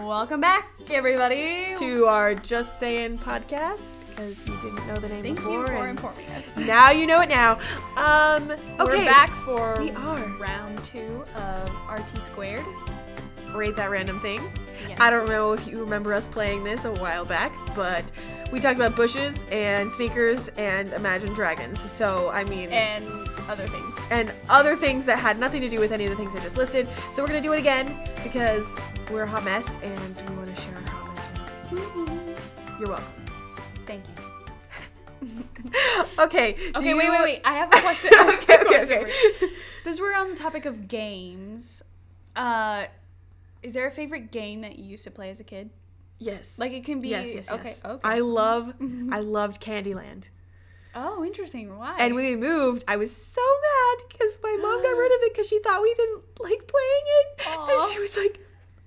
Welcome back, everybody. to our Just Saying podcast because you didn't know the name Thank before. you for and informing us. now you know it now. Um, okay. We're back for We are. round two of RT squared. Rate that random thing. Yes. I don't know if you remember us playing this a while back, but we talked about bushes and sneakers and Imagine Dragons. So, I mean, and other things. and other things that had nothing to do with any of the things I just listed. So, we're going to do it again because we're a hot mess and we want to share our hot mess with you. You're welcome. Thank you. Okay. do Okay, wait, you- wait, wait. I have a question. I have a okay, okay, question okay. for you. Since we're on the topic of games, uh, is there a favorite game that you used to play as a kid? Yes. Like it can be. yes, yes, okay, yes. Okay. I love, I loved Candyland. oh, interesting. Why? And when we moved, I was so mad because my mom got rid of it because she thought we didn't like playing it, Aw. and she was like,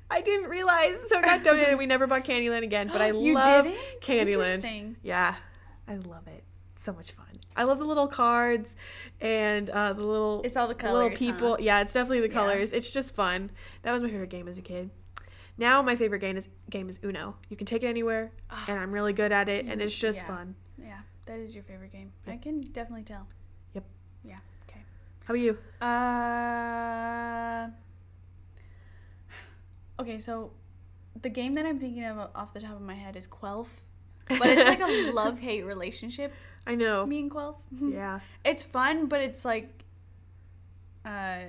"I didn't realize." So it got donated. we never bought Candyland again, but I You love didn't? Candyland. Interesting. Yeah, I love it. So much fun. I love the little cards and uh, the little. It's all the little colors, people. huh? Yeah, it's definitely the colors. It's just fun. That was my favorite game as a kid. Now my favorite game is game is Uno. You can take it anywhere, and I'm really good at it, and it's just yeah. fun. Yeah, that is your favorite game. I can definitely tell. Yep. Yeah. Okay. How about you? Uh, okay, so the game that I'm thinking of off the top of my head is Quelf, but it's like a love hate relationship. I know. Me and Quelf. Yeah. It's fun, but it's like, uh,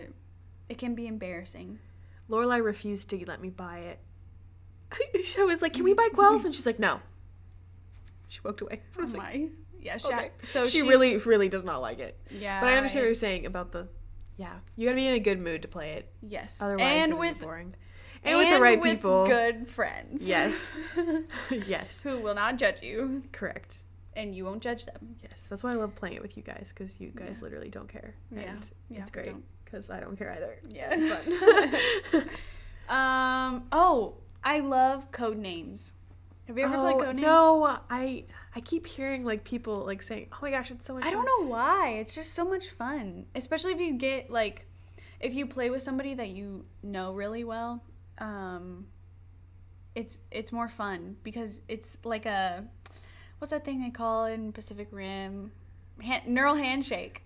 it can be embarrassing. Lorelai refused to let me buy it. I was like, "Can we buy Mm-hmm. Guelph?" And she's like, "No." She walked away. I was oh like, my. Yeah. Sha- okay. So she she's- really, really does not like it. Yeah. But I understand what you're saying about the. Yeah, you gotta be in a good mood to play it. Yes. Otherwise, and it'll with be boring. And, with the right people. good friends. Yes. yes. Who will not judge you, Correct. and you won't judge them. Yes. That's why I love playing it with you guys because you guys literally don't care. Yeah. And Yeah, it's we great because I don't care either. Yeah. It's fun. Um. Oh, I love code names. Have you ever played Oh, code names? No, I I keep hearing like people like saying, "Oh my gosh, it's so much." I don't fun." know why. It's just so much fun, especially if you get like, if you play with somebody that you know really well. Um, it's it's more fun because it's like a, what's that thing they call in Pacific Rim, Han- neural handshake,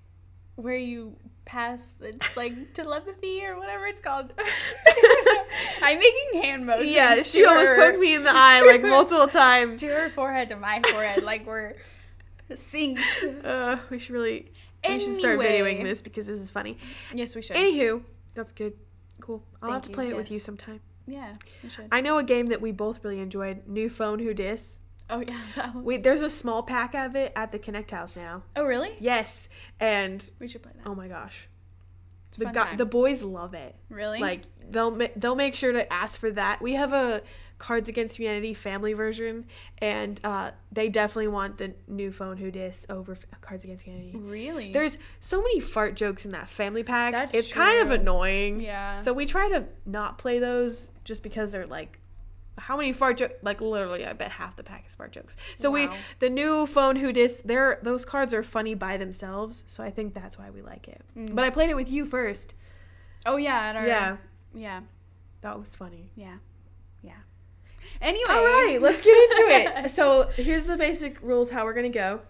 where you pass it's like telepathy or whatever it's called. I'm making hand motions. Yeah, she to almost her- poked me in the eye like multiple times. to her forehead to my forehead, like we're synced. Uh, we should really we should start videoing Anyway. this because this is funny. Yes, we should. Anywho, that's good. Cool. I'll have Thank to you, play it with yes. you sometime. yeah, we should. I know a game that we both really enjoyed. New phone who dis? oh yeah. That was- Wait, there's a small pack of it at the Connect House now. oh really? Yes, and We should play that. oh my gosh, It's a the fun guy, time. the boys love it. really? Like they'll ma- they'll make sure to ask for that. We have a Cards Against Humanity family version, and uh, they definitely want the new phone who dis over f- Cards Against Humanity. really? There's so many fart jokes in that family pack. That's it's kind of true. annoying. Yeah. So we try to not play those just because they're like, how many fart jokes? Like literally, I bet half the pack is fart jokes. So we, Wow. the new phone who dis, they're those cards are funny by themselves. So I think that's why we like it. But I played it with you first. Mm. oh yeah. At our, Yeah, Yeah. that was funny. Yeah. Yeah. Anyway. All right, let's get into it. So here's the basic rules how we're gonna go.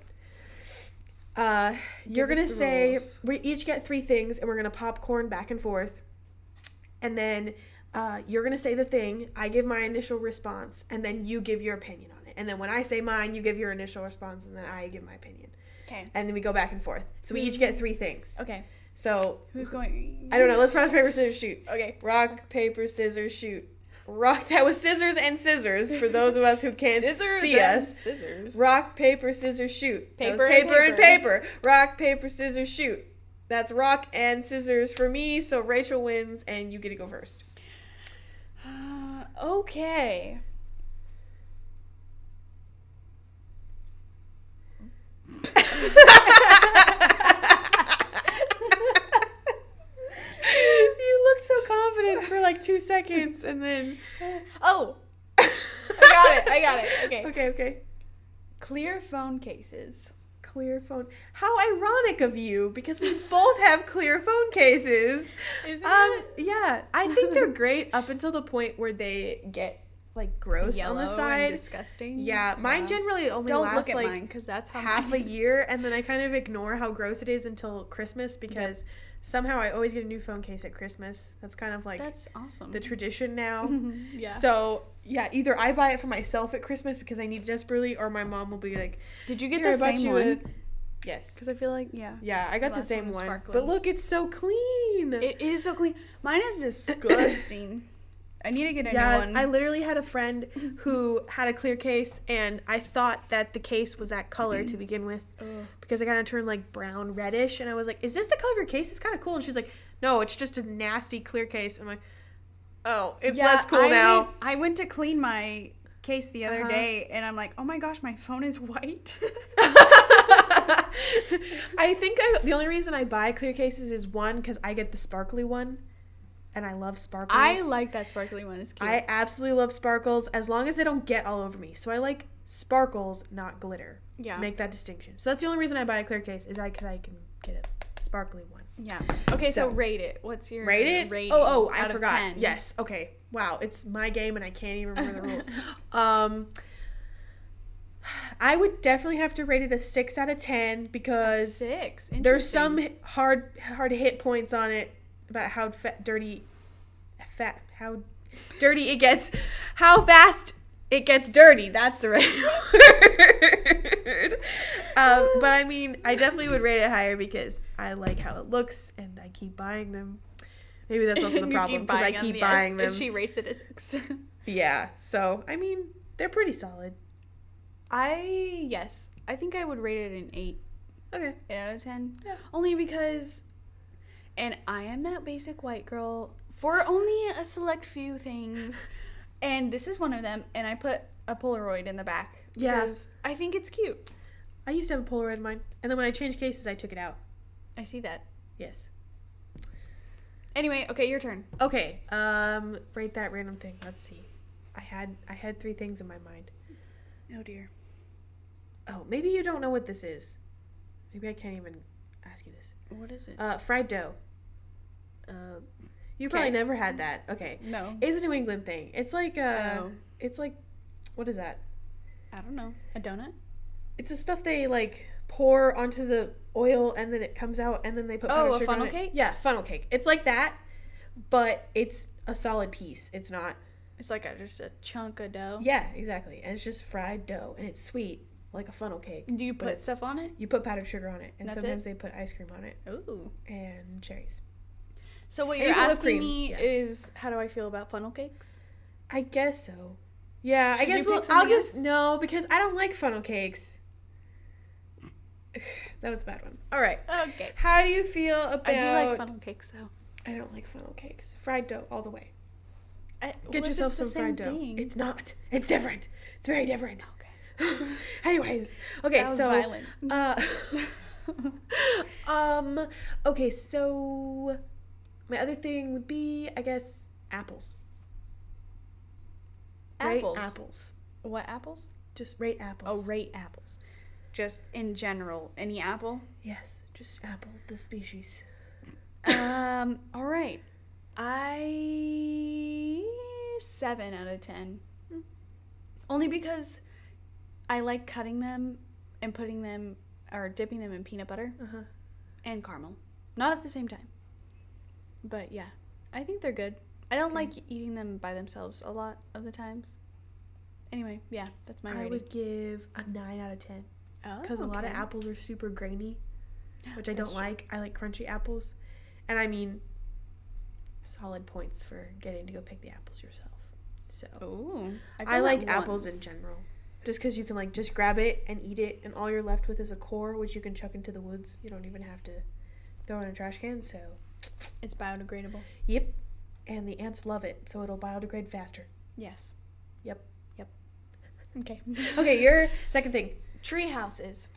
Uh, you're Give us gonna the say rules. we each get three things, and we're gonna popcorn back and forth, and then uh, you're gonna say the thing. I give my initial response, and then you give your opinion on it. And then when I say mine, you give your initial response, and then I give my opinion. Okay. And then we go back and forth. So we each get three things. Mm-hmm. Okay. So Who's going? I don't know. Let's rock paper scissors shoot. Okay. Rock, paper, scissors, shoot. Rock. That was scissors and scissors for those of us who can't scissors. see and us. Scissors. Rock, paper, scissors, shoot. That was Paper and paper and paper. paper. Rock, paper, scissors, shoot. That's rock and scissors for me. So Rachel wins, and you get to go first. Uh, okay. you looked so confident for like two seconds, and then Oh, I got it. I got it. Okay. Okay. Okay. Clear phone cases. Clear phone. How ironic of you, because we both have clear phone cases. Is Um, yeah, I think they're great up until the point where they get like gross Yellow on the and side. disgusting. Yeah, mine generally only Don't lasts look at like mine because that's how half a mine is. year, and then I kind of ignore how gross it is until Christmas because somehow I always get a new phone case at Christmas. That's kind of like That's awesome. the tradition now. yeah. So yeah, either I buy it for myself at Christmas because I need it desperately, or my mom will be like, Did you get "Here, the I bought same you one? a-" Yes. Because I feel like yeah. Yeah, I got the last same one was one. But sparkling. look, it's so clean. It is so clean. Mine is disgusting. I need to get a yeah, new one. I literally had a friend who had a clear case, and I thought that the case was that color Mm-hmm. to begin with Ugh. because it kind of turned like brown reddish, and I was like, "Is this the color of your case? It's kind of cool." And she's like, "No, it's just a nasty clear case." I'm like, "Oh, it's Yeah, less cool I now." Went, I went to clean my case the other Uh-huh. day, and I'm like, oh my gosh, my phone is white. I think I, the only reason I buy clear cases is one because I get the sparkly one, and I love sparkles. I like that sparkly one. It's cute. I absolutely love sparkles as long as they don't get all over me. So I like sparkles, not glitter. yeah. Make that distinction. So that's the only reason I buy a clear case is I because I can get a sparkly one. yeah. Okay, so, So- rate it. What's your Rate it. rating oh, oh, out I of forgot. 10? Yes. Okay. Wow, it's my game and I can't even remember the rules. Um, I would definitely have to rate it a six out of ten because Six. there's some Interesting. h- hard hard hit points on it about how fa- dirty fat how dirty it gets how fast it gets dirty that's the right word um, but i mean i definitely would rate it higher because i like how it looks and i keep buying them maybe that's also You the keep problem because i buying 'em, keep yes, buying them and She rates it a six. yeah so i mean they're pretty solid I yes, I think I would rate it an eight. okay Eight out of ten. Yeah. Only because, and I am that basic white girl for only a select few things, and this is one of them. And I put a Polaroid in the back. Yeah. because I think it's cute. i used to have a polaroid of mine and then when i changed cases i took it out I see that. yes Anyway, okay, your turn. Okay. Um, rate that random thing. Let's see. I had I had three things in my mind. Oh dear. Oh, maybe you don't know what this is. Maybe I can't even ask you this. What is it? Uh, fried dough. Um, Uh, You probably Okay. never had that. Okay. no, It's a New England thing. It's like uh, Oh. it's like, what is that? I don't know. A donut. It's the stuff they like pour onto the oil and then it comes out and then they put Oh, powdered a sugar on funnel it. cake? Yeah, funnel cake. It's like that, but it's a solid piece. It's not It's like a, just a chunk of dough. Yeah, exactly. And it's just fried dough, and it's sweet like a funnel cake. Do you But put it's- stuff on it? You put powdered sugar on it, and That's sometimes they put ice cream on it Ooh. and cherries. So what And you're you can whip asking cream, me yeah. is how do I feel about funnel cakes? I guess so. Yeah, I Should guess you we'll. pick I'll something just else? no because I don't like funnel cakes. that was a bad one. All right. Okay. How do you feel about? I do like funnel cakes though. I don't like funnel cakes. Fried dough all the way. I, Get yourself some fried dough. It's not. It's different. It's very different. Anyways, okay, That was so violent. Uh, um, okay, so my other thing would be, I guess, apples. Rate Apples. apples. What apples? Just rate apples. Oh, rate apples. Just in general, any apple. Yes, just apples, the species. um. All right. I seven out of ten. Hmm. Only because I like cutting them and putting them or dipping them in peanut butter Uh huh. and caramel, not at the same time. But yeah, I think they're good. I don't like eating them by themselves a lot of the times. Anyway, yeah, that's my I rating. would give a nine out of ten because a lot of apples are super grainy, which I That's don't true. like. I like crunchy apples, and I mean, solid points for getting to go pick the apples yourself. So. Ooh, I've I done that like apples in once. general. Just because you can like just grab it and eat it, and all you're left with is a core, which you can chuck into the woods. You don't even have to throw in a trash can. So, It's biodegradable. yep. And the ants love it, so it'll biodegrade faster. Yes. Yep. Yep. Okay. Okay, your second thing. Tree houses.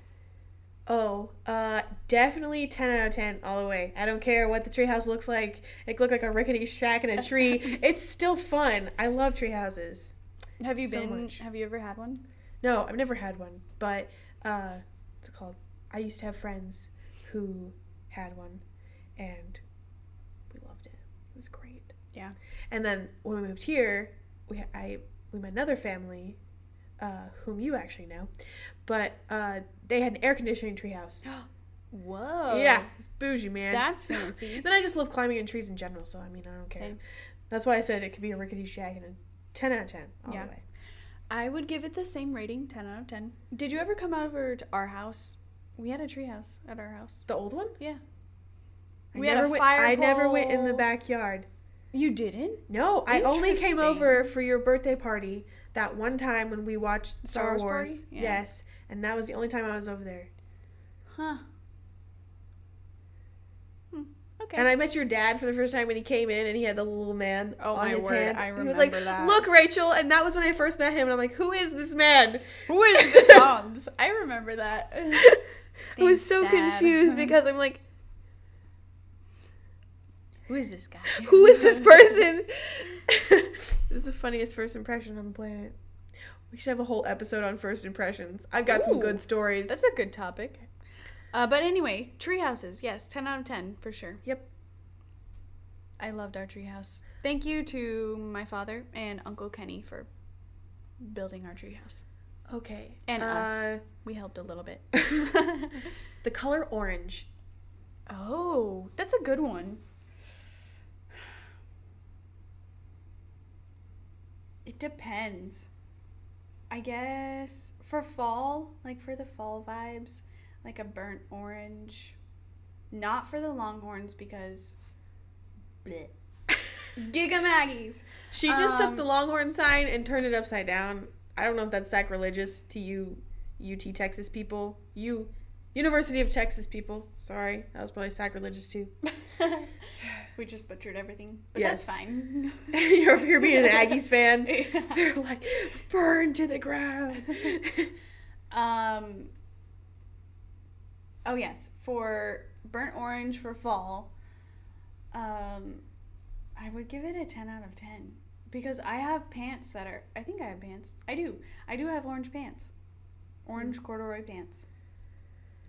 Oh, uh, definitely ten out of ten all the way. I don't care what the treehouse looks like. It looked like a rickety shack in a tree. it's still fun. I love treehouses. Have you So been? much. Have you ever had one? No, I've never had one, but uh, what's it called? I used to have friends who had one, and we loved it. It was great. Yeah. And then when we moved here, we I with my another family, uh, whom you actually know, but uh, they had an air conditioning treehouse. Whoa. Yeah, it's bougie, man. That's fancy. then I just love climbing in trees in general, so I mean, I don't care. Same. That's why I said it could be a rickety shag and a 10 out of 10 all Yeah. the way. I would give it the same rating, 10 out of 10. Did you ever come over to our house? We had a treehouse at our house. The old one? Yeah. I We had a never went- fire I never went in the pole. backyard. You didn't? No, I only came Interesting. over for your birthday party that one time when we watched Star Star, Wars Wars. party? Yeah. Yes, and that was the only time I was over there. Huh. Hmm. Okay. And I met your dad for the first time when he came in, and he had the little man. Oh, on my his word, hand. I He was like, remember that. "Look, Rachel," and that was when I first met him. And I'm like, "Who is this man?" Who is this Hans? I remember that. I was Thanks, so Dad. confused because I'm like, Who is this guy? "Who is this person?" this is the funniest first impression on the planet. We should have a whole episode on first impressions. I've got some Ooh, good stories. That's a good topic. Uh, but anyway, tree houses. Yes, 10 out of 10 for sure. Yep. I loved our tree house. Thank you to my father and Uncle Kenny for building our tree house. Okay. And us. Uh, We helped a little bit. the color orange. oh, that's a good one. It depends. I guess for fall, like for the fall vibes, like a burnt orange. Not for the longhorns because bleh. Giga Maggie's. She just Um, took the Longhorn sign and turned it upside down. I don't know if that's sacrilegious to you, UT Texas people. You, University of Texas people. Sorry, that was probably sacrilegious too. we just butchered everything, but Yes. that's fine. you're over here being an Aggies fan. Yeah. They're like, burn to the ground. um. Oh yes, for burnt orange for fall. Um, I would give it a ten out of ten because I have pants that are. I think I have pants. I do. I do have orange pants, Hmm. orange corduroy pants,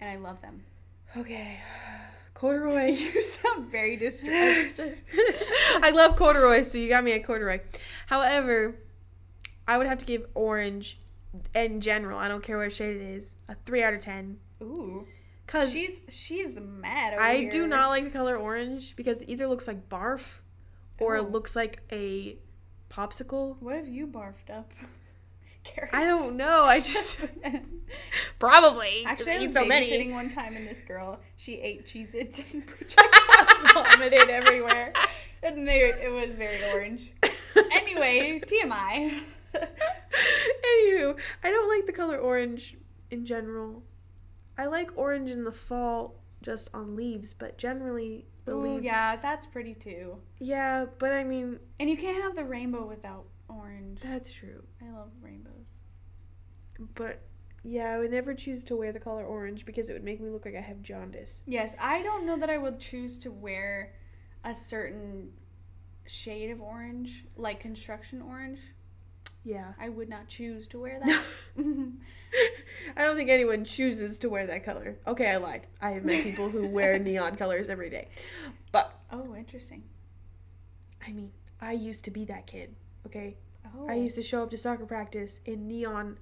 and I love them. okay, corduroy. You sound very distressed. I love corduroy, so you got me at corduroy. However, I would have to give orange in general. I don't care what shade it is. A three out of ten. Ooh, Cause she's she's mad. Over I do here. not like the color orange because it either looks like barf or Oh. it looks like a popsicle. What have you barfed up? Carrots. I don't know. I just probably Actually, I was babysitting one time, and this girl she ate Cheez Its and vomited everywhere, and they, it was very orange. Anyway, TMI. Anywho, I don't like the color orange in general. I like orange in the fall just on leaves, but generally the Ooh, leaves. yeah, that's pretty too. Yeah, but I mean, And you can't have the rainbow without orange. that's true. I love rainbows. But yeah, I would never choose to wear the color orange because it would make me look like I have jaundice. Yes, I don't know that I would choose to wear a certain shade of orange, like construction orange. Yeah. I would not choose to wear that. I don't think anyone chooses to wear that color. Okay, I lied. I have met people who wear neon colors every day. But oh, interesting. I mean, I used to be that kid, okay? Oh, I used to show up to soccer practice in neon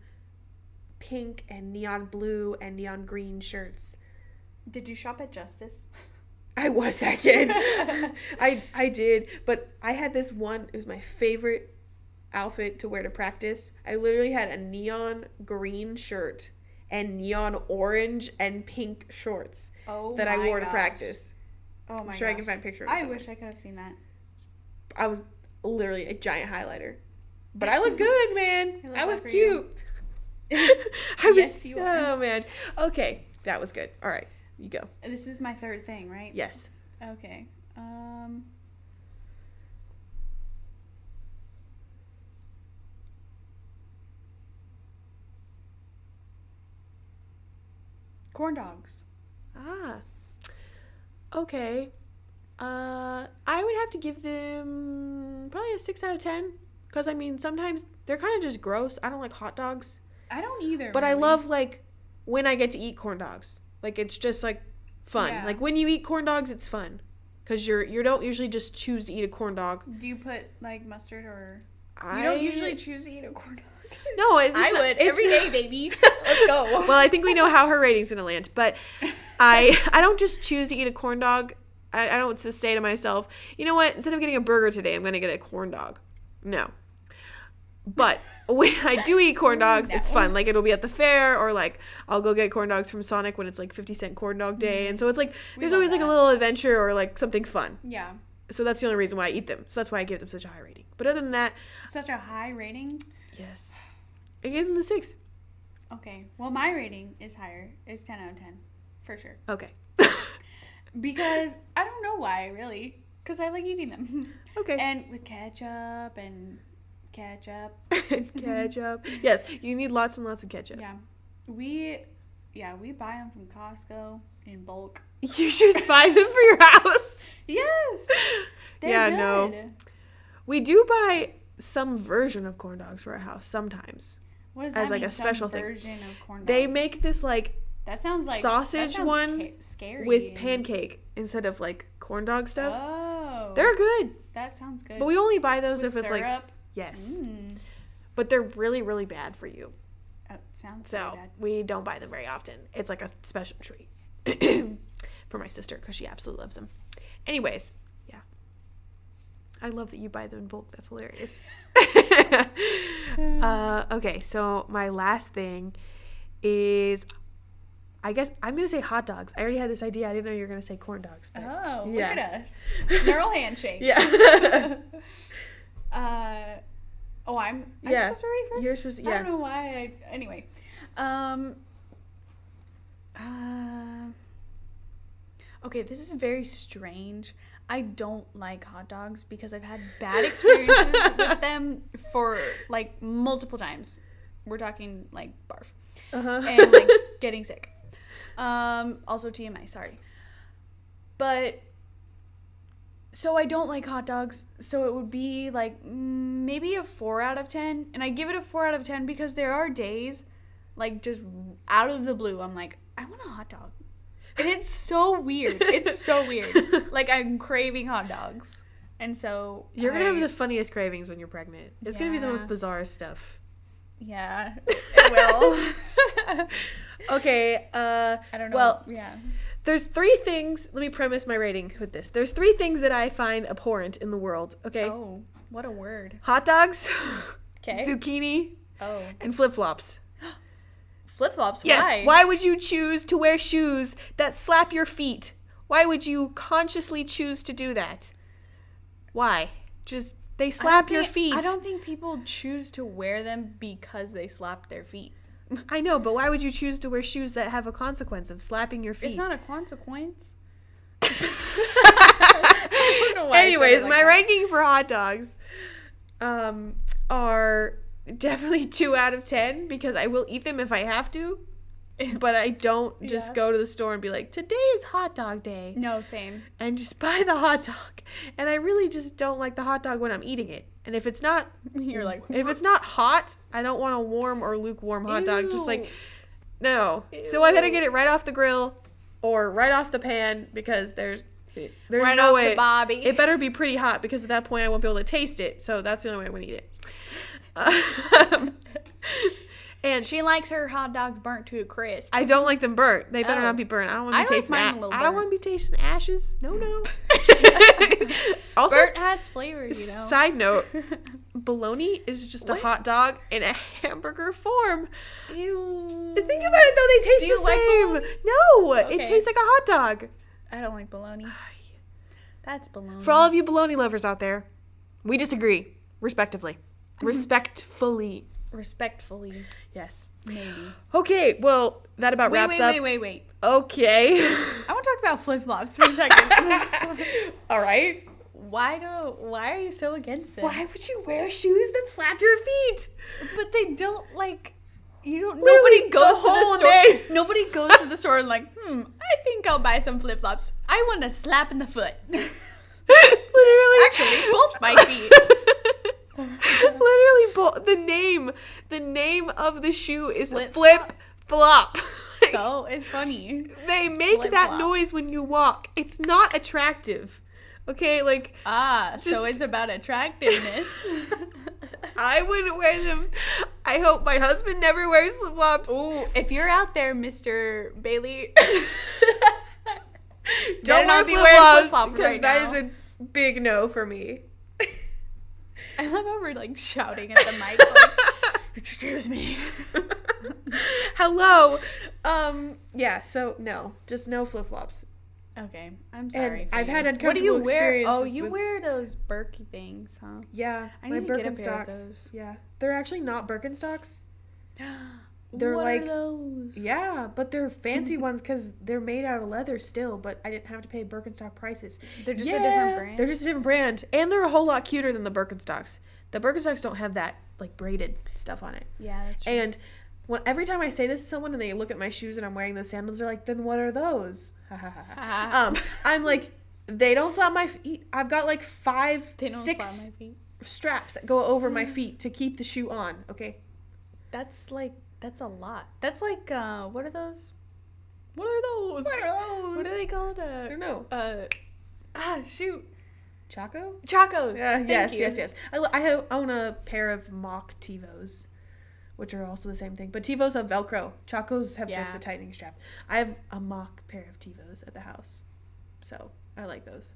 pink and neon blue and neon green shirts. Oh. did you shop at Justice? I was that kid. I I did, but I had this one. It was my favorite outfit to wear to practice. I literally had a neon green shirt and neon orange and pink shorts Oh, that I my wore to gosh. practice. Oh my I'm sure I gosh. can find pictures. I wish I could have seen that. I was literally a giant highlighter, but I looked good, man. I love I was that for you. cute. I was. Yes, you oh man. Okay, that was good. All right, you go. This is my third thing, right? Yes. Okay. Um. Corn dogs. Ah. Okay. Uh, I would have to give them probably a six out of ten. Cause I mean, sometimes they're kind of just gross. I don't like hot dogs, I don't either. but I really. love like when I get to eat corn dogs. Like it's just like fun. Yeah. Like when you eat corn dogs, it's fun. Cause you're you don't usually just choose to eat a corn dog. Do you put like mustard or? You I- don't usually choose to eat a corn dog. No, it's I not- would it's every not- day, baby. Let's go. well, I think we know how her rating's gonna land, but I I don't just choose to eat a corn dog. I, I don't just say to myself, you know what? Instead of getting a burger today, I'm gonna get a corn dog. No. But when I do eat corn dogs, it's fun. Like it'll be at the fair, or like I'll go get corn dogs from Sonic when it's like 50 cent corn dog day, and so it's like Mm-hmm. love there's always like a that. little adventure or like something fun. yeah, So that's the only reason why I eat them. So that's why I give them such a high rating. But other than that, such a high rating. yes, I gave them the six. Okay, well, my rating is higher. It's ten out of ten, for sure. Okay. Because I don't know why, really. Because I like eating them. okay. and with ketchup and ketchup. ketchup. Yes, you need lots and lots of ketchup. Yeah. We, yeah, we buy them from Costco in bulk. You just buy them for your house. Yes! They're yeah, good. no. We do buy some version of corn dogs for our house sometimes. What does As, that like, a mean? Some special thing. version of corn They dog? make this like that sounds like sausage that sounds one ca- scary with and- pancake instead of like corn dog stuff. Oh, They're good, that sounds good. but we only buy those With if it's like syrup. yes. Mm. But they're really really bad for you. Oh, it sounds so So, bad. we don't buy them very often. It's like a special treat for my sister cuz she absolutely loves them. Anyways, yeah. I love that you buy them in bulk. That's hilarious. uh, okay, so my last thing is I guess I'm going to say hot dogs. I already had this idea. I didn't know you were going to say corn dogs. But Oh, Yeah. look at us. Neural handshake. Yeah. Uh, oh, I'm. I Yeah. supposed to read first? You're supposed to, I yeah. don't know why. I, anyway, um, uh, okay, this is very strange. I don't like hot dogs because I've had bad experiences with them for like multiple times. We're talking like barf Uh-huh. and like getting sick. Um, also TMI, sorry. But so I don't like hot dogs, so it would be like mm, maybe a four out of ten, and I give it a four out of ten because there are days, like just out of the blue, I'm like, I want a hot dog, and it's so weird. It's so weird. Like I'm craving hot dogs, and so You're going I- to have the funniest cravings when you're pregnant. It's going to be the Yeah. most bizarre stuff. yeah. It will. Okay, uh I don't know. Well, yeah. There's three things. Let me premise my rating with this. There's three things that I find abhorrent in the world. Okay, Oh, what a word. hot dogs, 'Kay. zucchini, Oh. and flip flops. Flip flops. Yes. Why? Why would you choose to wear shoes that slap your feet? Why would you consciously choose to do that? Why? Just they I don't slap your think- feet. I don't think people choose to wear them because they slapped their feet. I know, but why would you choose to wear shoes that have a consequence of slapping your feet? It's not a consequence. Anyways, my ranking for hot dogs um, are definitely two out of ten because I will eat them if I have to, but I don't just Yeah. go to the store and be like, "Today is hot dog day," No, same. and just buy the hot dog. And I really just don't like the hot dog when I'm eating it. And if it's not, You're like, if it's not hot, I don't want a warm or lukewarm hot dog. Just like Ew. no, so I better Ew. get it right off the grill or right off the pan because there's there's right no off way the Bobby. it better be pretty hot because at that point I won't be able to taste it. So that's the only way I'm gonna eat it. Um, and she, she likes her hot dogs burnt to a crisp. I don't like them burnt. They better Oh. not be burnt. I don't want to I be like tasting. mine a a- little I don't burnt. want to be tasting ashes. No, no. also, burnt has flavor, you know. side note, bologna is just What? a hot dog in a hamburger form. Ew. Think about it though; they taste Do you the like same. bologna? no, it Okay. tastes like a hot dog. I don't like bologna. That's bologna. For all of you bologna lovers out there, we disagree, respectively. Respectfully. Respectfully, Yes. maybe. Okay, well, that about Wait, wraps wait, up. wait, wait, wait. Okay. I want to talk about flip flops for a second. all right. why do? Why are you so against them? Why would you wear shoes that slap your feet? But they don't like. You don't. Literally nobody the goes to whole the store. day. Nobody goes to the store and like, hmm. I think I'll buy some flip flops. I want a slap in the foot. Literally. Actually, both Oh my feet. Literally, bo- the name, the name of the shoe is Flip flip flop. so it's funny. they make flip that flop. noise when you walk. It's not attractive. Okay, like Ah, so Just- it's about attractiveness. I wouldn't wear them. I hope my husband never wears flip flops. Ooh, if you're out there, Mr. Bailey, better Don't wear not be flip wearing flops flip-flops because right that is now. a big no for me. I love how we're like shouting at the mic. Like, Excuse me. Hello. Um, yeah, so no, just no flip flops. Okay, I'm sorry. and for I've you. had uncomfortable What do you wear? experiences. Oh, you with- wear those Berkey things, huh? Yeah, I my need to get a Birkenstocks. pair of those. Yeah, they're actually not Birkenstocks. They're what like- are those? Yeah, but they're fancy ones because they're made out of leather still. But I didn't have to pay Birkenstock prices. They're just a different brand. They're just a different brand, and they're a whole lot cuter than the Birkenstocks. The Birkenstocks don't have that like braided stuff on it. yeah, that's true. And when every time I say this to someone and they look at my shoes and I'm wearing those sandals, they're like, "Then what are those?" Ah. um, I'm like, "They don't slap my feet. I've got like five, they don't six slap my Mm. feet. straps that go over my feet to keep the shoe on." Okay, That's like that's a lot. That's like uh, what are those? What are those? What are those? What are they called? I Uh, don't know. uh, ah, shoot, Chaco? chacos. Yeah, Thank yes, you. yes, yes. I, I have, own a pair of mock Tivos, which are also the same thing. But Tivos have Velcro. Chacos have just Yeah. the tightening strap. I have a mock pair of Tivos at the house, so I like those.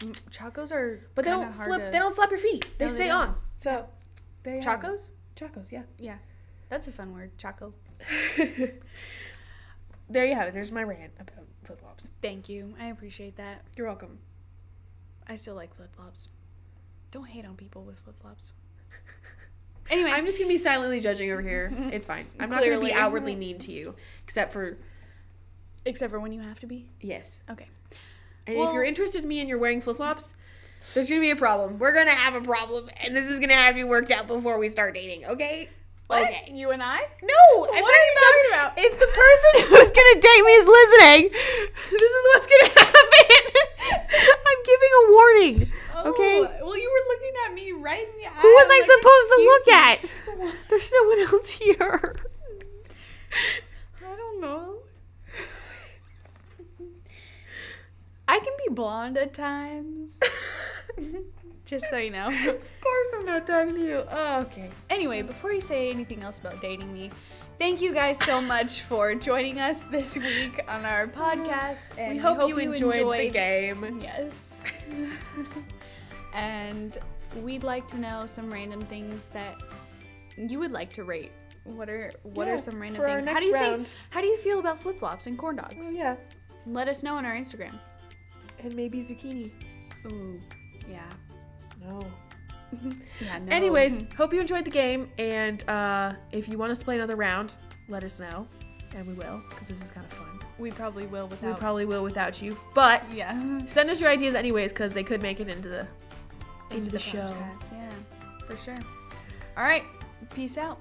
Mm, Chacos are, But they kinda don't hard flip. to- They don't slap your feet. They No, they stay don't. on. So there you have it. Chacos? Chacos, yeah. Yeah, that's a fun word. Chaco. there you have it. There's my rant about flip flops. Thank you. I appreciate that. You're welcome. I still like flip flops. Don't hate on people with flip flops. Anyway, I'm just gonna be silently judging over here. It's fine. I'm not gonna Clearly. be outwardly mean to you, except for except for when you have to be. yes. Okay. And if Well- you're interested in me and you're wearing flip flops, there's gonna be a problem. We're gonna have a problem, and this is gonna have you worked out before we start dating. Okay? Okay. You and I? No. What are you talking about? If the person who's gonna date me is listening, this is what's gonna happen. I'm giving a warning. okay. Oh, Well, you were looking at me right in the eye. Who Oh was I supposed to look at? There's no one else here. I don't know. I can be blonde at times. Just so you know. Of course, I'm not talking to you. Oh, okay. Anyway, before you say anything else about dating me, thank you guys so much for joining us this week on our podcast. And we hope, you enjoyed, the game. Yes. and we'd like to know some random things that you would like to rate. What are what Yeah, are some random for our things? how next do you round. think how do you feel about flip flops and corn dogs? Oh, yeah. Let us know on our Instagram. And maybe zucchini. Ooh. Yeah. No. Yeah, no. Anyways, hope you enjoyed the game, and uh, if you want us to play another round, let us know, and we will, because this is kind of fun. we probably will We without probably will without you, but Yeah. send us your ideas anyways, because they could make it into the into, the, show. podcast, Yeah. For sure. All right. Peace out.